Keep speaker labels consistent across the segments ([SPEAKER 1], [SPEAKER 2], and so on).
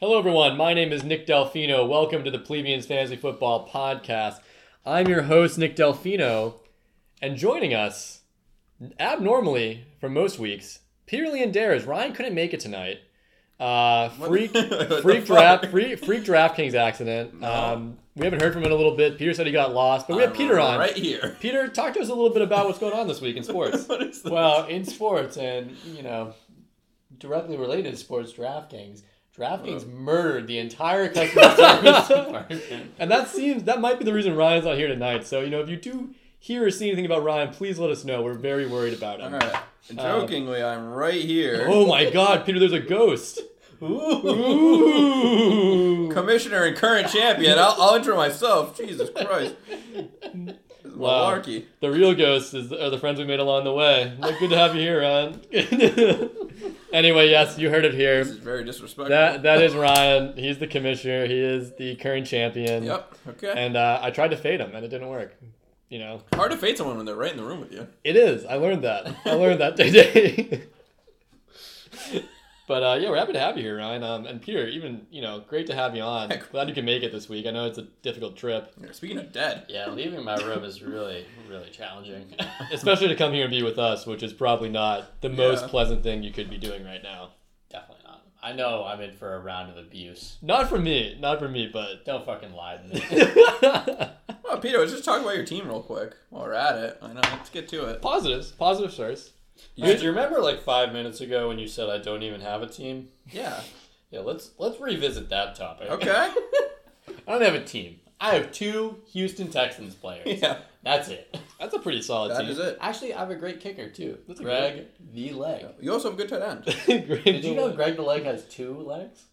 [SPEAKER 1] Hello, everyone. My name is Nick Delfino. Welcome to the Plebeians Fantasy Football Podcast. I'm your host, Nick Delfino, and joining us abnormally for most weeks, Peter Leandares. Ryan couldn't make it tonight. Uh, freak,
[SPEAKER 2] the
[SPEAKER 1] freak
[SPEAKER 2] fuck?
[SPEAKER 1] draft, freak, freak DraftKings accident. Um, we haven't heard from him in a little bit. Peter said he got lost, but we have Peter on.
[SPEAKER 2] right here.
[SPEAKER 1] Peter, talk to us a little bit about what's going on this week in sports.
[SPEAKER 2] What is this?
[SPEAKER 3] Well, in sports and, you know, directly related to sports, DraftKings. DraftKings
[SPEAKER 2] Oh.
[SPEAKER 3] murdered the entire customer service department.
[SPEAKER 1] And that seems that might be the reason Ryan's not here tonight. So you know, if you do hear or see anything about Ryan, please let us know. We're very worried about
[SPEAKER 2] All
[SPEAKER 1] him.
[SPEAKER 2] right. Jokingly, I'm right here.
[SPEAKER 1] Uh, Oh my God, Peter, there's a ghost. Ooh.
[SPEAKER 2] Commissioner and current champion. I'll, I'll intro myself. Jesus Christ. This is
[SPEAKER 1] Wow.
[SPEAKER 2] malarkey.
[SPEAKER 1] The real ghost is are the friends we made along the way. Look, good to have you here, Ryan. anyway, yes, you heard it here.
[SPEAKER 2] This is very disrespectful.
[SPEAKER 1] That that is Ryan. He's the commissioner. He is the current champion.
[SPEAKER 2] Yep. Okay.
[SPEAKER 1] And uh, I tried to fade him, and it didn't work. You know,
[SPEAKER 2] Hard to fade someone when they're right in the room with you.
[SPEAKER 1] It is. I learned that. I learned that today. but uh, yeah, we're happy to have you here, Ryan. Um, and Peter, even you know, great to have you on.
[SPEAKER 2] Heck.
[SPEAKER 1] Glad you can make it this week. I know it's a difficult trip,
[SPEAKER 2] Yeah, Speaking of dead.
[SPEAKER 3] Yeah, leaving my room is really, really challenging.
[SPEAKER 1] especially to come here and be with us, which is probably not the most
[SPEAKER 2] Yeah.
[SPEAKER 1] pleasant thing you could be doing right now.
[SPEAKER 3] Definitely not. I know I'm in for a round of abuse.
[SPEAKER 1] Not for me. Not for me. But
[SPEAKER 3] Don't fucking lie to me.
[SPEAKER 2] Well, Peter, let's just talk about your team real quick while we're at it. I know. Let's get to it.
[SPEAKER 1] positives. Positive starts.
[SPEAKER 3] Do you remember like five minutes ago when you said I don't even have a team?
[SPEAKER 2] Yeah.
[SPEAKER 3] Yeah, let's let's revisit that topic.
[SPEAKER 2] Okay.
[SPEAKER 3] I don't have a team. I have two Houston Texans players.
[SPEAKER 2] yeah.
[SPEAKER 3] That's it.
[SPEAKER 1] That's a pretty solid
[SPEAKER 2] That
[SPEAKER 1] team.
[SPEAKER 2] is it.
[SPEAKER 3] Actually, I have a great kicker too.
[SPEAKER 1] That's a
[SPEAKER 3] Greg the leg.
[SPEAKER 2] You also have a good tight end.
[SPEAKER 1] Great
[SPEAKER 3] Did you know
[SPEAKER 1] little-
[SPEAKER 3] Greg the leg has two legs?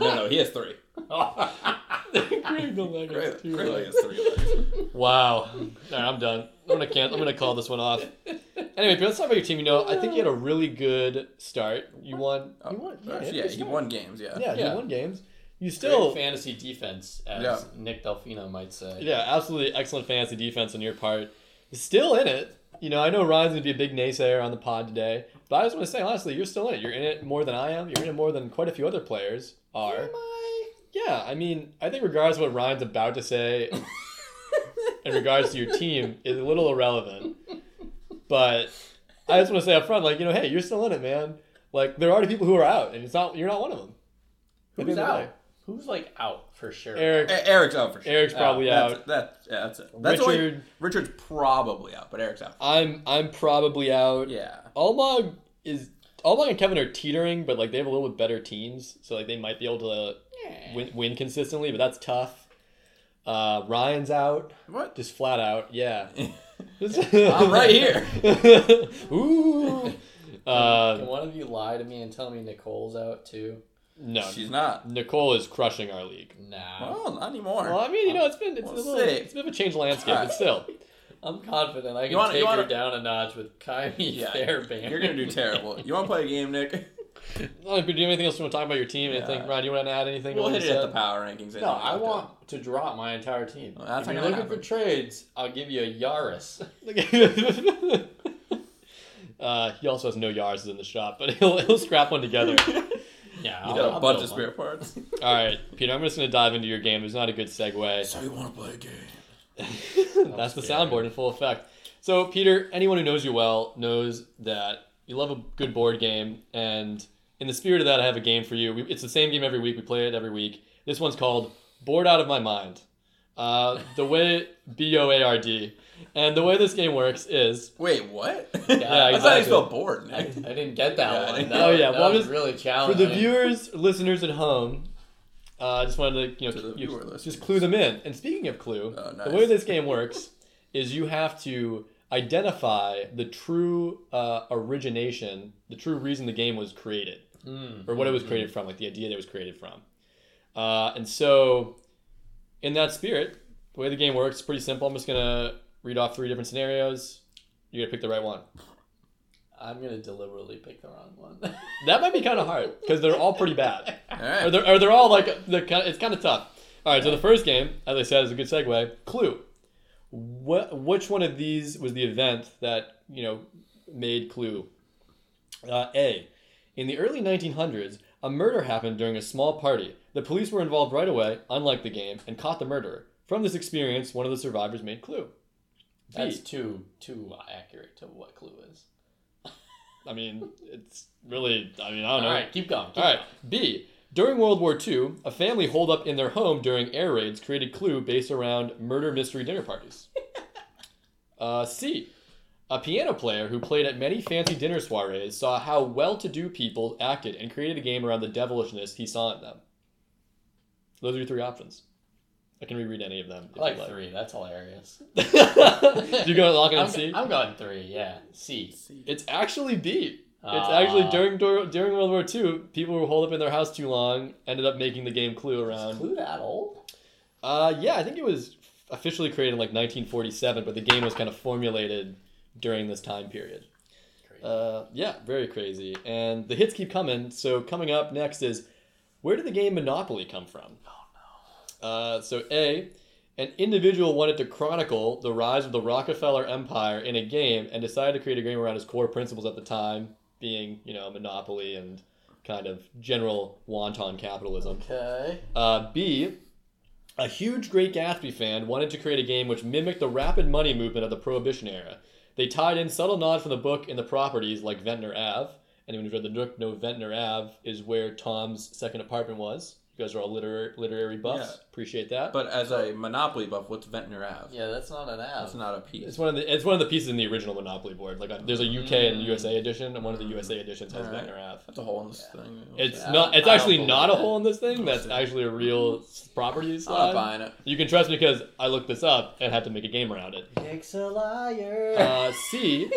[SPEAKER 2] No, no, he has three.
[SPEAKER 1] Greg the leg has
[SPEAKER 2] Great.
[SPEAKER 1] two
[SPEAKER 2] Great. He
[SPEAKER 1] legs.
[SPEAKER 2] has three legs.
[SPEAKER 1] Wow. All right, I'm done. I'm gonna can I'm gonna call this one off. Anyway, but let's talk about your team. You know, I think you had a really good start. You won.
[SPEAKER 2] Oh,
[SPEAKER 1] you won. you
[SPEAKER 2] yeah,
[SPEAKER 1] had a good
[SPEAKER 2] he
[SPEAKER 1] start.
[SPEAKER 2] won games. Yeah.
[SPEAKER 1] Yeah,
[SPEAKER 3] Yeah.
[SPEAKER 1] you won games. You
[SPEAKER 3] Still
[SPEAKER 1] still.
[SPEAKER 3] fantasy defense, as
[SPEAKER 2] Yeah.
[SPEAKER 3] Nick Delfino might say.
[SPEAKER 1] Yeah, absolutely excellent fantasy defense on your part. Still in it. You know, I know Ryan's gonna be a big naysayer on the pod today, but I just want to say honestly, you're still in it. You're in it more than I am. You're in it more than quite a few other players are.
[SPEAKER 2] Am I?
[SPEAKER 1] Yeah, I mean, I think regardless of what Ryan's about to say in regards to your team is a little irrelevant. But I just want to say up front, like, you know, hey, you're still in it, man. Like, there are already people who are out, and it's not you're not one of them. At the end
[SPEAKER 3] Who's
[SPEAKER 1] of the
[SPEAKER 3] out?
[SPEAKER 1] day.
[SPEAKER 3] Who's like out for sure?
[SPEAKER 1] Eric,
[SPEAKER 2] E- Eric's out for sure.
[SPEAKER 1] Eric's probably
[SPEAKER 2] that's,
[SPEAKER 1] out.
[SPEAKER 2] That, yeah, that's it. That's Richard.
[SPEAKER 1] Richard,
[SPEAKER 2] Richard's probably out, but Eric's out.
[SPEAKER 1] I'm I'm probably out.
[SPEAKER 2] Yeah.
[SPEAKER 1] Almog is Almog and Kevin are teetering, but like they have a little bit better teams, so like they might be able to win, win consistently, but that's tough. Uh, Ryan's out,
[SPEAKER 2] What?
[SPEAKER 1] just flat out. Yeah,
[SPEAKER 2] I'm right here.
[SPEAKER 1] Ooh.
[SPEAKER 3] Can
[SPEAKER 1] Uh,
[SPEAKER 3] one of you lie to me and tell me Nicole's out too?
[SPEAKER 1] no,
[SPEAKER 2] She's not.
[SPEAKER 1] Nicole is crushing our league.
[SPEAKER 3] Nah.
[SPEAKER 2] Well, not anymore.
[SPEAKER 1] Well, I mean, you know, it's been it's,
[SPEAKER 2] We'll
[SPEAKER 1] a, little,
[SPEAKER 2] see.
[SPEAKER 1] it's a bit of a changed landscape, but still.
[SPEAKER 3] I'm confident I can
[SPEAKER 2] wanna-
[SPEAKER 3] take
[SPEAKER 2] you wanna-
[SPEAKER 3] her down a notch with Kaimi
[SPEAKER 2] Yeah,
[SPEAKER 3] Fairbairn.
[SPEAKER 2] You're gonna do terrible. You want to play a game, Nick?
[SPEAKER 1] Well, if you do anything else you want to talk about your team, I think
[SPEAKER 2] Yeah.
[SPEAKER 1] Ryan, you want to add anything? to
[SPEAKER 2] We'll
[SPEAKER 1] what
[SPEAKER 2] hit
[SPEAKER 1] you
[SPEAKER 2] it at
[SPEAKER 1] said?
[SPEAKER 2] the power rankings.
[SPEAKER 3] No, I want to drop my entire team.
[SPEAKER 2] Well, that's
[SPEAKER 3] if
[SPEAKER 2] not
[SPEAKER 3] you're
[SPEAKER 2] gonna
[SPEAKER 3] looking for trades, I'll give you a Yaris.
[SPEAKER 1] uh, he also has no yards in the shop, but he'll he'll scrap one together.
[SPEAKER 3] Yeah,
[SPEAKER 2] You
[SPEAKER 3] I'll-
[SPEAKER 2] got a
[SPEAKER 3] I'll
[SPEAKER 2] bunch
[SPEAKER 3] build
[SPEAKER 2] of spare parts.
[SPEAKER 1] All right, Peter, I'm just gonna dive into your game. It's not a good segue.
[SPEAKER 2] so you want to play a game?
[SPEAKER 1] That's the
[SPEAKER 3] scary.
[SPEAKER 1] soundboard in full effect. So, Peter, anyone who knows you well knows that you love a good board game. And in the spirit of that, I have a game for you. We, it's the same game every week. We play it every week. This one's called Bored Out of My Mind. Uh, the way B O A R D. And the way this game works is
[SPEAKER 2] Wait, what?
[SPEAKER 3] Yeah,
[SPEAKER 2] I thought
[SPEAKER 1] exactly.
[SPEAKER 2] you felt bored,
[SPEAKER 3] I, I
[SPEAKER 2] Nick.
[SPEAKER 3] didn't get that
[SPEAKER 2] Yeah, I
[SPEAKER 3] one.
[SPEAKER 2] didn't-
[SPEAKER 3] That,
[SPEAKER 1] Oh, yeah,
[SPEAKER 3] that
[SPEAKER 1] well, I'm
[SPEAKER 3] was
[SPEAKER 1] just-
[SPEAKER 3] really
[SPEAKER 1] for
[SPEAKER 3] challenging.
[SPEAKER 2] Uh,
[SPEAKER 1] the viewers, listeners at home. Uh, I just wanted to you know
[SPEAKER 2] To the
[SPEAKER 1] you-
[SPEAKER 2] viewer listeners.
[SPEAKER 1] just clue them in. And speaking of clue,
[SPEAKER 2] Oh,
[SPEAKER 1] the
[SPEAKER 2] nice.
[SPEAKER 1] way this game works is you have to identify the true uh, origination, the true reason the game was created,
[SPEAKER 3] Mm.
[SPEAKER 1] or what it was
[SPEAKER 2] Hmm.
[SPEAKER 1] created from, like the idea that it was created from. Uh, and so, in that spirit, the way the game works is pretty simple. I'm just gonna read off three different scenarios. You gotta pick the right one.
[SPEAKER 3] I'm gonna deliberately pick the wrong one.
[SPEAKER 1] That might be kind of hard because they're all pretty bad.
[SPEAKER 2] All
[SPEAKER 1] Or
[SPEAKER 2] right.
[SPEAKER 1] they're, or they're all like they're kind of, it's kind of tough. All right, so the first game, as I said, is a good segue. Clue. What which one of these was the event that you know made Clue? Uh, a. In the early 1900s, A murder happened during a small party. The police were involved right away, unlike the game, and caught the murderer. From this experience, one of the survivors made Clue.
[SPEAKER 3] That's
[SPEAKER 1] B.
[SPEAKER 3] too too accurate to what Clue is.
[SPEAKER 1] I mean, it's really. I mean, I
[SPEAKER 3] All
[SPEAKER 1] don't know.
[SPEAKER 3] right, keep going. Keep
[SPEAKER 1] All right. B. During World War II, a family holed up in their home during air raids created Clue based around murder mystery dinner parties. uh, C. A piano player who played at many fancy dinner soirees saw how well-to-do people acted and created a game around the devilishness he saw in them. Those are your three options. I can reread any of them. if
[SPEAKER 3] I like
[SPEAKER 1] you'd
[SPEAKER 3] three. That's hilarious.
[SPEAKER 1] you go lock it on
[SPEAKER 3] I'm,
[SPEAKER 1] C.
[SPEAKER 3] I'm going three. Yeah, C.
[SPEAKER 1] It's actually B. It's
[SPEAKER 3] Uh,
[SPEAKER 1] actually during dur- during World War II, people who were holed up in their house too long ended up making the game Clue
[SPEAKER 3] Is
[SPEAKER 1] around.
[SPEAKER 3] Clue that old?
[SPEAKER 1] Uh, yeah, I think it was officially created in like 1947, but the game was kind of formulated during this time period. Uh, yeah, very crazy. And the hits keep coming. So coming up next is where did the game Monopoly come from? Oh no. Uh, so A, an individual wanted to chronicle the rise of the Rockefeller Empire in a game and decided to create a game around his core principles at the time, being you know monopoly and kind of general wanton capitalism.
[SPEAKER 3] okay.
[SPEAKER 1] Uh, B, a huge Great Gatsby fan wanted to create a game which mimicked the rapid money movement of the Prohibition era. They tied in subtle nods from the book and the properties like Ventnor Ave. Anyone who's read the book knows Ventnor Ave is where Tom's second apartment was. You guys are all literary, literary buffs.
[SPEAKER 2] Yeah.
[SPEAKER 1] Appreciate that.
[SPEAKER 2] But as a Monopoly buff, what's Ventnor Ave?
[SPEAKER 3] Yeah, that's not an app.
[SPEAKER 2] That's not a piece.
[SPEAKER 1] it's one of the it's one of the pieces in the original Monopoly board. Like uh, there's a UK and
[SPEAKER 3] Mm.
[SPEAKER 1] USA edition, and one of the USA editions has
[SPEAKER 2] All right.
[SPEAKER 1] Ventnor Ave.
[SPEAKER 2] That's a hole in this thing.
[SPEAKER 1] It's
[SPEAKER 3] Yeah,
[SPEAKER 1] not. It's
[SPEAKER 3] I don't
[SPEAKER 1] actually
[SPEAKER 3] believe
[SPEAKER 1] not a
[SPEAKER 3] it.
[SPEAKER 1] hole in this thing. That's actually a real s- property
[SPEAKER 2] I'm not
[SPEAKER 1] slide.
[SPEAKER 2] buying it.
[SPEAKER 1] You can trust me because I looked this up and had to make a game around it.
[SPEAKER 3] Dick's a liar.
[SPEAKER 1] Uh, C,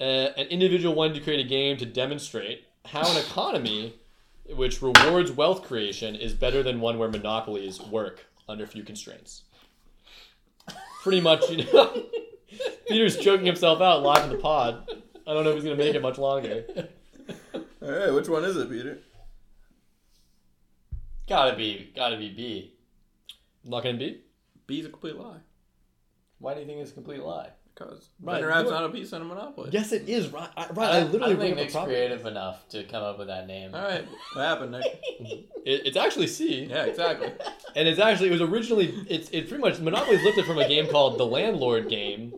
[SPEAKER 1] uh, an individual wanted to create a game to demonstrate how an economy which rewards wealth creation is better than one where monopolies work under few constraints. Pretty much, you know. Peter's choking himself out live in the pod. I don't know if he's going to make it much longer.
[SPEAKER 2] Hey, which one is it, Peter?
[SPEAKER 3] gotta be, gotta be B.
[SPEAKER 1] Not going to be?
[SPEAKER 2] B's a complete lie.
[SPEAKER 3] Why do you think it's a complete lie?
[SPEAKER 2] Because
[SPEAKER 1] Right,
[SPEAKER 2] Ventnor
[SPEAKER 1] you
[SPEAKER 2] Ave's
[SPEAKER 1] are-
[SPEAKER 2] not a piece in a Monopoly.
[SPEAKER 1] Yes, it is. Right, I, right,
[SPEAKER 3] I, literally don't think Nick's creative enough to come up with that name.
[SPEAKER 2] All right. What happened, Nick?
[SPEAKER 1] It, it's actually C.
[SPEAKER 2] Yeah, exactly.
[SPEAKER 1] And it's actually it was originally it's it pretty much Monopoly's lifted from a game called the Landlord Game,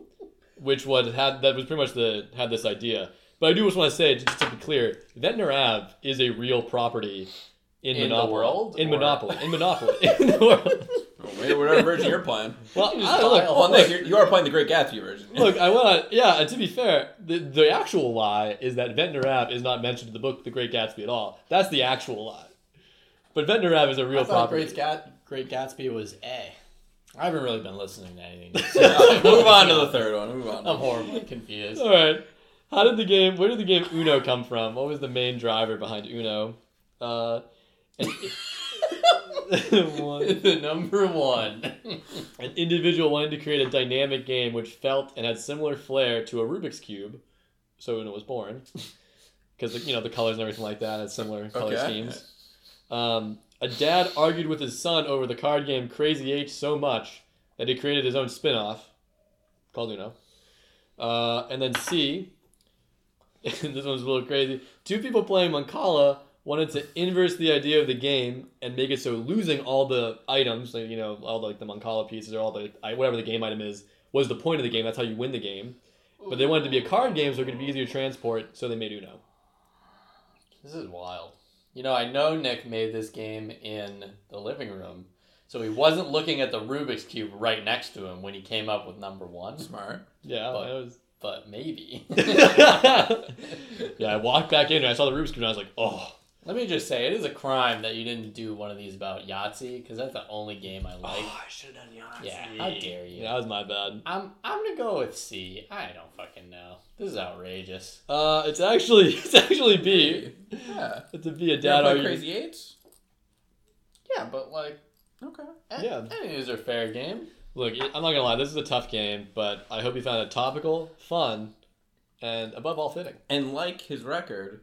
[SPEAKER 1] which was had that was pretty much the had this idea. But I do just want to say just to be clear, Ventnor Ave is a real property in,
[SPEAKER 3] In the
[SPEAKER 1] Monopoly.
[SPEAKER 3] world,
[SPEAKER 1] in
[SPEAKER 3] or-
[SPEAKER 1] Monopoly, in Monopoly, in the world.
[SPEAKER 2] Well, wait, whatever version you're playing.
[SPEAKER 1] Well,
[SPEAKER 3] You just
[SPEAKER 1] I don't know.
[SPEAKER 3] file.
[SPEAKER 2] Well, Nick, you're, you are playing the Great Gatsby version.
[SPEAKER 1] Look, I want to. Yeah, and to be fair, the, the actual lie is that Ventnor Ave is not mentioned in the book The Great Gatsby at all. That's the actual lie. But Ventnor Ave is a real
[SPEAKER 3] I thought
[SPEAKER 1] property.
[SPEAKER 3] Great, Gat- Great Gatsby was A. I haven't really been listening to anything.
[SPEAKER 2] Yeah, move on to the third one. Move on.
[SPEAKER 3] I'm horribly confused.
[SPEAKER 1] All right. How did the game? Where did the game Uno come from? What was the main driver behind Uno? Uh, an, one-
[SPEAKER 3] the number one.
[SPEAKER 1] an individual wanted to create a dynamic game which felt and had similar flair to a Rubik's cube, so Uno was born because you know the colors and everything like that had similar color
[SPEAKER 2] Okay.
[SPEAKER 1] schemes. Um, a dad argued with his son over the card game Crazy Eight so much that he created his own spin-off called Uno. Uh, and then C, this one's a little crazy. Two people playing Mancala wanted to inverse the idea of the game and make it so losing all the items, like, you know, all the, like the Mancala pieces or all the I- whatever the game item is, was the point of the game. That's how you win the game. But they wanted it to be a card game, so it could be easier to transport. So they made Uno.
[SPEAKER 3] This is wild. You know, I know Nick made this game in the living room, so he wasn't looking at the Rubik's Cube right next to him when he came up with number one,
[SPEAKER 2] Smart.
[SPEAKER 1] Yeah,
[SPEAKER 3] But-
[SPEAKER 1] that was.
[SPEAKER 3] but maybe.
[SPEAKER 1] yeah, I walked back in and I saw the Rubik's Cube and I was like, oh,
[SPEAKER 3] Let me just say, it is a crime that you didn't do one of these about Yahtzee, because that's the only game Oh, I like.
[SPEAKER 2] should have done
[SPEAKER 3] yeah, how dare you?
[SPEAKER 1] yeah, that was my bad.
[SPEAKER 3] I'm I'm gonna go with C. I don't fucking know. This is outrageous.
[SPEAKER 1] Uh, it's actually it's actually B.
[SPEAKER 2] Yeah.
[SPEAKER 1] It's a B. A
[SPEAKER 2] Dad,
[SPEAKER 1] dad
[SPEAKER 2] are
[SPEAKER 1] argued.
[SPEAKER 2] Crazy Eights?
[SPEAKER 3] Yeah, but like,
[SPEAKER 2] Okay.
[SPEAKER 3] I,
[SPEAKER 1] Yeah.
[SPEAKER 3] I think these are fair game.
[SPEAKER 1] Look, it- I'm not gonna lie, this is a tough game, but I hope you found it topical, fun, and above all fitting.
[SPEAKER 2] And like his record,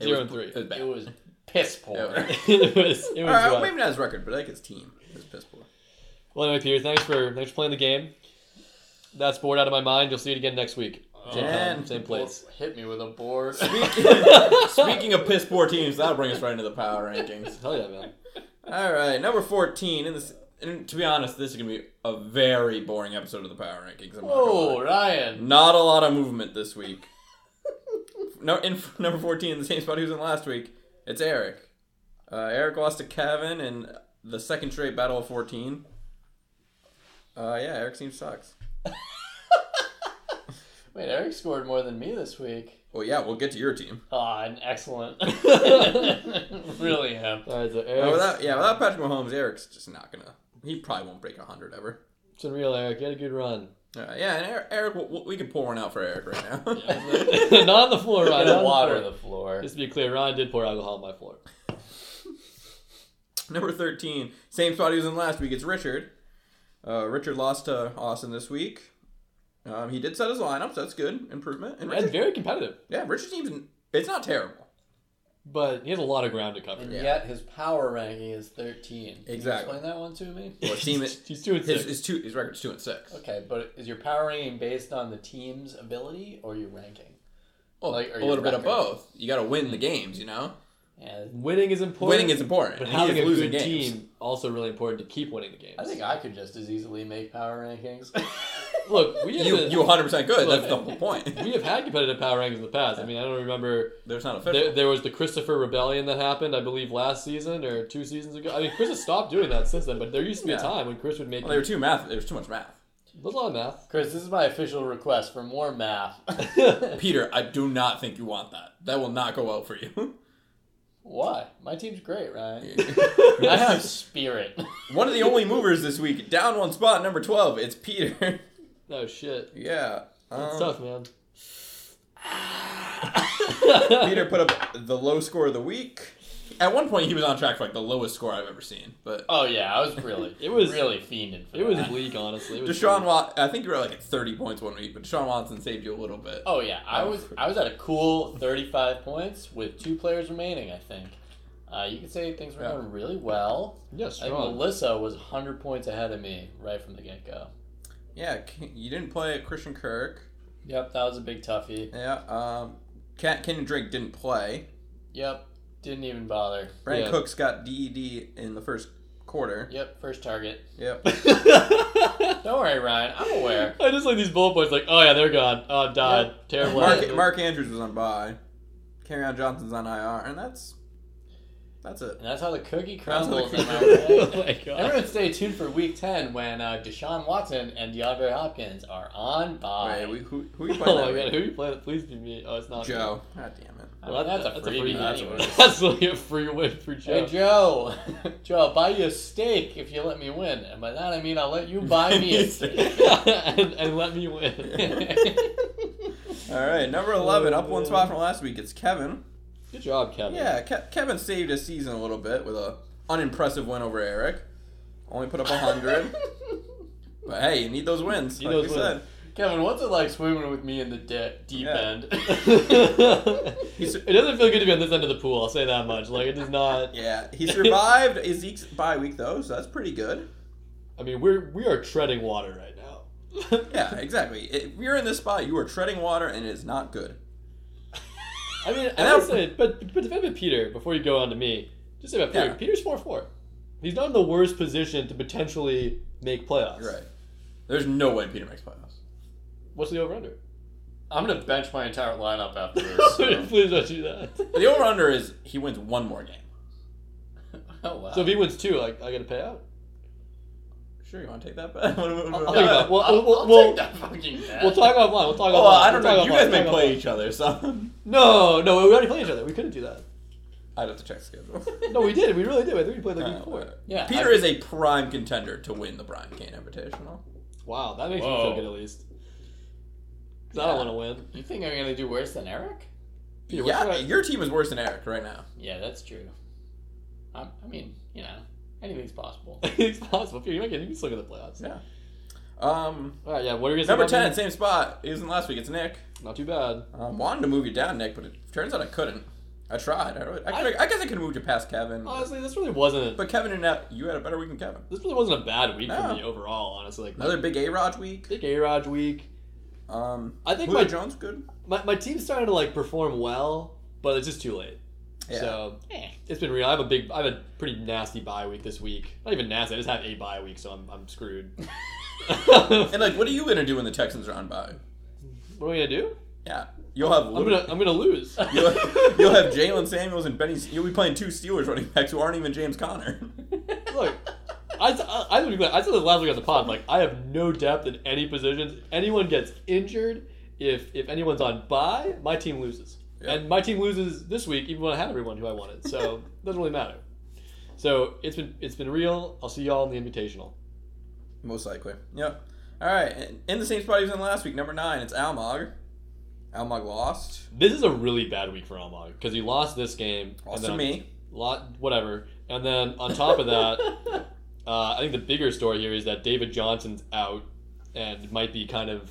[SPEAKER 2] it
[SPEAKER 1] Zero
[SPEAKER 2] was-
[SPEAKER 1] and three.
[SPEAKER 2] It was bad.
[SPEAKER 3] It was piss poor.
[SPEAKER 2] Yeah.
[SPEAKER 1] it was it was
[SPEAKER 2] All right,
[SPEAKER 1] rough.
[SPEAKER 2] maybe not his record, but like his team. It was piss poor.
[SPEAKER 1] Well, anyway, Peter, thanks for thanks for playing the game. That's bored out of my mind. You'll see it again next week.
[SPEAKER 3] All
[SPEAKER 1] Same
[SPEAKER 2] Dan.
[SPEAKER 1] time, same place.
[SPEAKER 3] Hit me with a board.
[SPEAKER 2] Speaking of piss poor teams, that'll bring us right into the power rankings.
[SPEAKER 1] Hell yeah, man.
[SPEAKER 2] All right, number fourteen. In this, and to be honest, this is gonna be a very boring episode of the power rankings. I'm not gonna lie.
[SPEAKER 3] Whoa, Oh, Ryan.
[SPEAKER 2] Not a lot of movement this week. no, in number fourteen, in the same spot he was in last week. It's Eric. Uh, Eric lost to Kevin in the second straight battle of fourteen. Uh, yeah, Eric's team sucks.
[SPEAKER 3] Wait, Eric scored more than me this week.
[SPEAKER 2] Well, yeah, we'll get to your team.
[SPEAKER 3] Ah, an excellent. really am.
[SPEAKER 1] All right, so
[SPEAKER 2] Uh,
[SPEAKER 1] Eric,
[SPEAKER 2] without, yeah, without Patrick Mahomes, Eric's just not gonna. He probably won't break hundred ever.
[SPEAKER 1] it's unreal, Eric. You had a good run.
[SPEAKER 2] Uh, yeah, and Eric, Eric we, we could pour one out for Eric right now.
[SPEAKER 1] not on the floor, Ryan. not on
[SPEAKER 3] Right,
[SPEAKER 1] the
[SPEAKER 3] water
[SPEAKER 1] floor.
[SPEAKER 3] the floor.
[SPEAKER 1] Just to be clear, Ryan did pour alcohol on my floor.
[SPEAKER 2] Number 13, same spot he was in last week. It's Richard. Uh, Richard lost to Austin this week. Um, he did set his lineups. That's good improvement. And
[SPEAKER 1] That's
[SPEAKER 2] Richard,
[SPEAKER 1] very competitive,
[SPEAKER 2] yeah, Richard's team's it's not terrible.
[SPEAKER 1] but he has a lot of ground to cover.
[SPEAKER 3] And
[SPEAKER 2] Yeah.
[SPEAKER 3] yet his power ranking is 13. Can
[SPEAKER 2] Exactly.
[SPEAKER 3] You explain that one to me?
[SPEAKER 2] Well, his team is
[SPEAKER 1] He's two and
[SPEAKER 2] his,
[SPEAKER 1] six.
[SPEAKER 2] his two his record's two and six.
[SPEAKER 3] Okay, but is your power ranking based on the team's ability or your ranking?
[SPEAKER 2] Well,
[SPEAKER 3] Like, or
[SPEAKER 2] a
[SPEAKER 3] your
[SPEAKER 2] little bit of
[SPEAKER 3] record.
[SPEAKER 2] both. You got to win the games. You know,
[SPEAKER 3] Yeah,
[SPEAKER 1] Winning is important.
[SPEAKER 2] winning is important.
[SPEAKER 1] But
[SPEAKER 2] and he
[SPEAKER 1] having
[SPEAKER 2] is
[SPEAKER 1] a
[SPEAKER 2] losing
[SPEAKER 1] good
[SPEAKER 2] games.
[SPEAKER 1] team also really important to keep winning the games.
[SPEAKER 3] I think I could just as easily make power rankings.
[SPEAKER 1] Look, we have,
[SPEAKER 2] You
[SPEAKER 1] a-
[SPEAKER 2] you 100 percent good.
[SPEAKER 1] Look.
[SPEAKER 2] That's the whole point.
[SPEAKER 1] we have had competitive power rankings in the past. I mean, I don't remember.
[SPEAKER 2] There's not official.
[SPEAKER 1] There, there was the Christopher Rebellion that happened, I believe, last season or two seasons ago. I mean, Chris has stopped doing that since then, but there used to be
[SPEAKER 2] Yeah.
[SPEAKER 1] a time when Chris would make
[SPEAKER 2] well, there were too math. There was too much math.
[SPEAKER 1] There's a lot of math.
[SPEAKER 3] Chris, this is my official request for more math.
[SPEAKER 2] Peter, I do not think you want that. That will not go well for you.
[SPEAKER 3] Why? My team's great, Ryan. I have spirit.
[SPEAKER 2] One of the only movers this week, down one spot, number 12. It's Peter.
[SPEAKER 1] Oh shit,
[SPEAKER 2] yeah.
[SPEAKER 1] that's
[SPEAKER 2] um,
[SPEAKER 1] tough, man.
[SPEAKER 2] Peter put up the low score of the week. At one point, he was on track for like the lowest score I've ever seen. But
[SPEAKER 3] Oh yeah, I was really,
[SPEAKER 1] It was-
[SPEAKER 3] really fiending for
[SPEAKER 1] It was
[SPEAKER 3] that.
[SPEAKER 1] bleak, honestly. It was
[SPEAKER 2] Deshaun
[SPEAKER 1] bleak.
[SPEAKER 2] Watson, I think you were like at 30 points one week, but Deshaun Watson saved you a little bit.
[SPEAKER 3] Oh yeah, I
[SPEAKER 2] Oh.
[SPEAKER 3] was I was at a cool 35 points with two players remaining. I think uh, you could say things were
[SPEAKER 2] Yeah.
[SPEAKER 3] going really well.
[SPEAKER 1] yeah,
[SPEAKER 3] I think
[SPEAKER 1] strong.
[SPEAKER 3] Melissa was 100 points ahead of me right from the get go.
[SPEAKER 2] Yeah, K- you didn't play Christian Kirk.
[SPEAKER 3] Yep, that was a big toughie.
[SPEAKER 2] Yeah. Um, Ken- Kenyon Drake didn't play.
[SPEAKER 3] Yep, didn't even bother.
[SPEAKER 2] Brandon
[SPEAKER 1] Yeah.
[SPEAKER 2] Cooks got DED in the first quarter.
[SPEAKER 3] Yep, first target.
[SPEAKER 2] Yep.
[SPEAKER 3] Don't worry, Ryan. I'm aware.
[SPEAKER 1] I just like these bullet points. Like, oh yeah, they're gone. Oh, died. Terrible.
[SPEAKER 2] Mark,
[SPEAKER 1] accident.
[SPEAKER 2] Mark Andrews was on bye. Carryon Johnson's on IR, and that's that's it.
[SPEAKER 3] And that's how the cookie
[SPEAKER 2] That's how the
[SPEAKER 3] crumbles. am I
[SPEAKER 2] cookie
[SPEAKER 3] right?
[SPEAKER 1] oh my god.
[SPEAKER 3] Everyone stay tuned for week 10 when uh, Deshaun Watson and DeAndre Hopkins are on by.
[SPEAKER 2] Wait, we, who who you playing?
[SPEAKER 1] Oh my
[SPEAKER 2] that
[SPEAKER 1] god,
[SPEAKER 2] week?
[SPEAKER 1] who are you playing? Please be me. Oh, it's not me.
[SPEAKER 2] Joe. God damn it.
[SPEAKER 3] I mean, that's, a freebie
[SPEAKER 2] that's a
[SPEAKER 3] anyway.
[SPEAKER 2] freebie.
[SPEAKER 1] That's really a free win for Joe.
[SPEAKER 3] Hey Joe, Joe, I'll buy you a steak if you let me win. And by that I mean I'll let you buy me a steak.
[SPEAKER 1] and, and let me win.
[SPEAKER 2] All right, number 11, up one spot from last week. It's Kevin.
[SPEAKER 1] Good job, Kevin.
[SPEAKER 2] Yeah, Ke- Kevin saved his season a little bit with a unimpressive win over Eric. Only put up 100. but hey, you need those wins.
[SPEAKER 1] Need
[SPEAKER 2] like
[SPEAKER 1] those
[SPEAKER 2] we
[SPEAKER 1] wins.
[SPEAKER 2] said.
[SPEAKER 3] Kevin, what's it like swimming with me in the de- deep
[SPEAKER 2] Yeah.
[SPEAKER 3] end?
[SPEAKER 1] it doesn't feel good to be on this end of the pool. I'll say that much. Like it does not.
[SPEAKER 2] Yeah, he survived Ezeke's bye week, though, so that's pretty good.
[SPEAKER 1] I mean, we're we are treading water right now.
[SPEAKER 2] Yeah, exactly. If you're in this spot, you are treading water, and it is not good.
[SPEAKER 1] I mean,
[SPEAKER 2] And
[SPEAKER 1] I would
[SPEAKER 2] that-
[SPEAKER 1] say, but but defend with Peter before you go on to me. Just say about Peter.
[SPEAKER 2] Yeah.
[SPEAKER 1] Peter's four four. He's not in the worst position to potentially make playoffs.
[SPEAKER 2] You're right. There's no way Peter makes playoffs.
[SPEAKER 1] What's the over under?
[SPEAKER 3] I'm gonna bench my entire lineup after this. so-
[SPEAKER 1] Please don't do that.
[SPEAKER 2] The over under is he wins one more game.
[SPEAKER 3] Oh wow.
[SPEAKER 1] So if he wins two, I, I got to pay out.
[SPEAKER 2] Sure, you want to take that bet?
[SPEAKER 1] I'll think about it. Well,
[SPEAKER 3] I'll,
[SPEAKER 1] we'll,
[SPEAKER 3] I'll
[SPEAKER 1] we'll-
[SPEAKER 3] take that fucking bet.
[SPEAKER 1] we'll talk offline. We'll talk offline.
[SPEAKER 2] Oh, I don't
[SPEAKER 1] We'll
[SPEAKER 2] know.
[SPEAKER 1] talk
[SPEAKER 2] You
[SPEAKER 1] offline.
[SPEAKER 2] guys
[SPEAKER 1] We'll
[SPEAKER 2] may
[SPEAKER 1] talk
[SPEAKER 2] play
[SPEAKER 1] offline.
[SPEAKER 2] each other, so
[SPEAKER 1] No, no, we already played each other. We couldn't do that.
[SPEAKER 2] I'd have to check the schedule.
[SPEAKER 1] No, we did. We really did. I think we played the week
[SPEAKER 2] Uh,
[SPEAKER 1] before.
[SPEAKER 3] yeah,
[SPEAKER 2] Peter
[SPEAKER 3] I-
[SPEAKER 2] is a prime contender to win the Brian Kane Invitational.
[SPEAKER 1] Wow, that makes me
[SPEAKER 3] Whoa.
[SPEAKER 1] feel good at least. 'Cause I don't want to win.
[SPEAKER 3] You think I'm gonna do worse than Eric?
[SPEAKER 1] Peter, what's
[SPEAKER 2] yeah,
[SPEAKER 1] right?
[SPEAKER 2] your team is worse than Eric right now.
[SPEAKER 3] Yeah, that's true. i I mean, you know, anything's possible.
[SPEAKER 1] it's possible. Peter, you might get. You can still get the playoffs.
[SPEAKER 2] Yeah. Um,
[SPEAKER 1] All right. Yeah. What are you guys?
[SPEAKER 2] number ten, same spot. He was in last week. It's Nick.
[SPEAKER 1] Not too bad.
[SPEAKER 2] Um, wanted to move you down, Nick, but it turns out I couldn't. I tried. I, really, I, could, I, guess I could have moved you past Kevin.
[SPEAKER 1] Honestly, this really wasn't.
[SPEAKER 2] but Kevin and that, you had a better week than Kevin.
[SPEAKER 1] this really wasn't a bad week
[SPEAKER 2] No.
[SPEAKER 1] for me overall. Honestly, like
[SPEAKER 2] Another big A Rod week.
[SPEAKER 1] big A Rod week.
[SPEAKER 2] Um,
[SPEAKER 1] I think
[SPEAKER 2] Julio
[SPEAKER 1] my-
[SPEAKER 2] Jones good.
[SPEAKER 1] My, my team's starting to like perform well, but it's just too late.
[SPEAKER 2] Yeah.
[SPEAKER 1] So
[SPEAKER 3] Eh.
[SPEAKER 1] it's been real. I have a big, I have a pretty nasty bye week this week. Not even nasty. I just have a bye week, so I'm, I'm screwed. what
[SPEAKER 2] And like, what are you gonna do when the Texans are on bye?
[SPEAKER 1] are we gonna do?
[SPEAKER 2] Yeah, you'll have
[SPEAKER 1] I'm gonna I'm gonna lose.
[SPEAKER 2] you'll, you'll have Jalen Samuels and Benny. You'll be playing two Steelers running backs who aren't even James Conner.
[SPEAKER 1] Look, I, I, I, was- I said this last week on the pod. Like, I have no depth in any positions. Anyone gets injured. If if anyone's on bye, my team loses.
[SPEAKER 2] Yeah.
[SPEAKER 1] And my team loses this week, even when I had everyone who I wanted. So it doesn't really matter. So it's been it's been real. I'll see y'all in the Invitational.
[SPEAKER 2] Most likely. Yep. All right. in- In the same spot he was in last week, number nine. It's Almog. Almog lost.
[SPEAKER 1] This is a really bad week for Almog because he lost this game.
[SPEAKER 2] Lost
[SPEAKER 1] then
[SPEAKER 2] to
[SPEAKER 1] on-
[SPEAKER 2] me.
[SPEAKER 1] Lot whatever. And then on top of that, Uh, I think the bigger story here is that David Johnson's out and might be kind of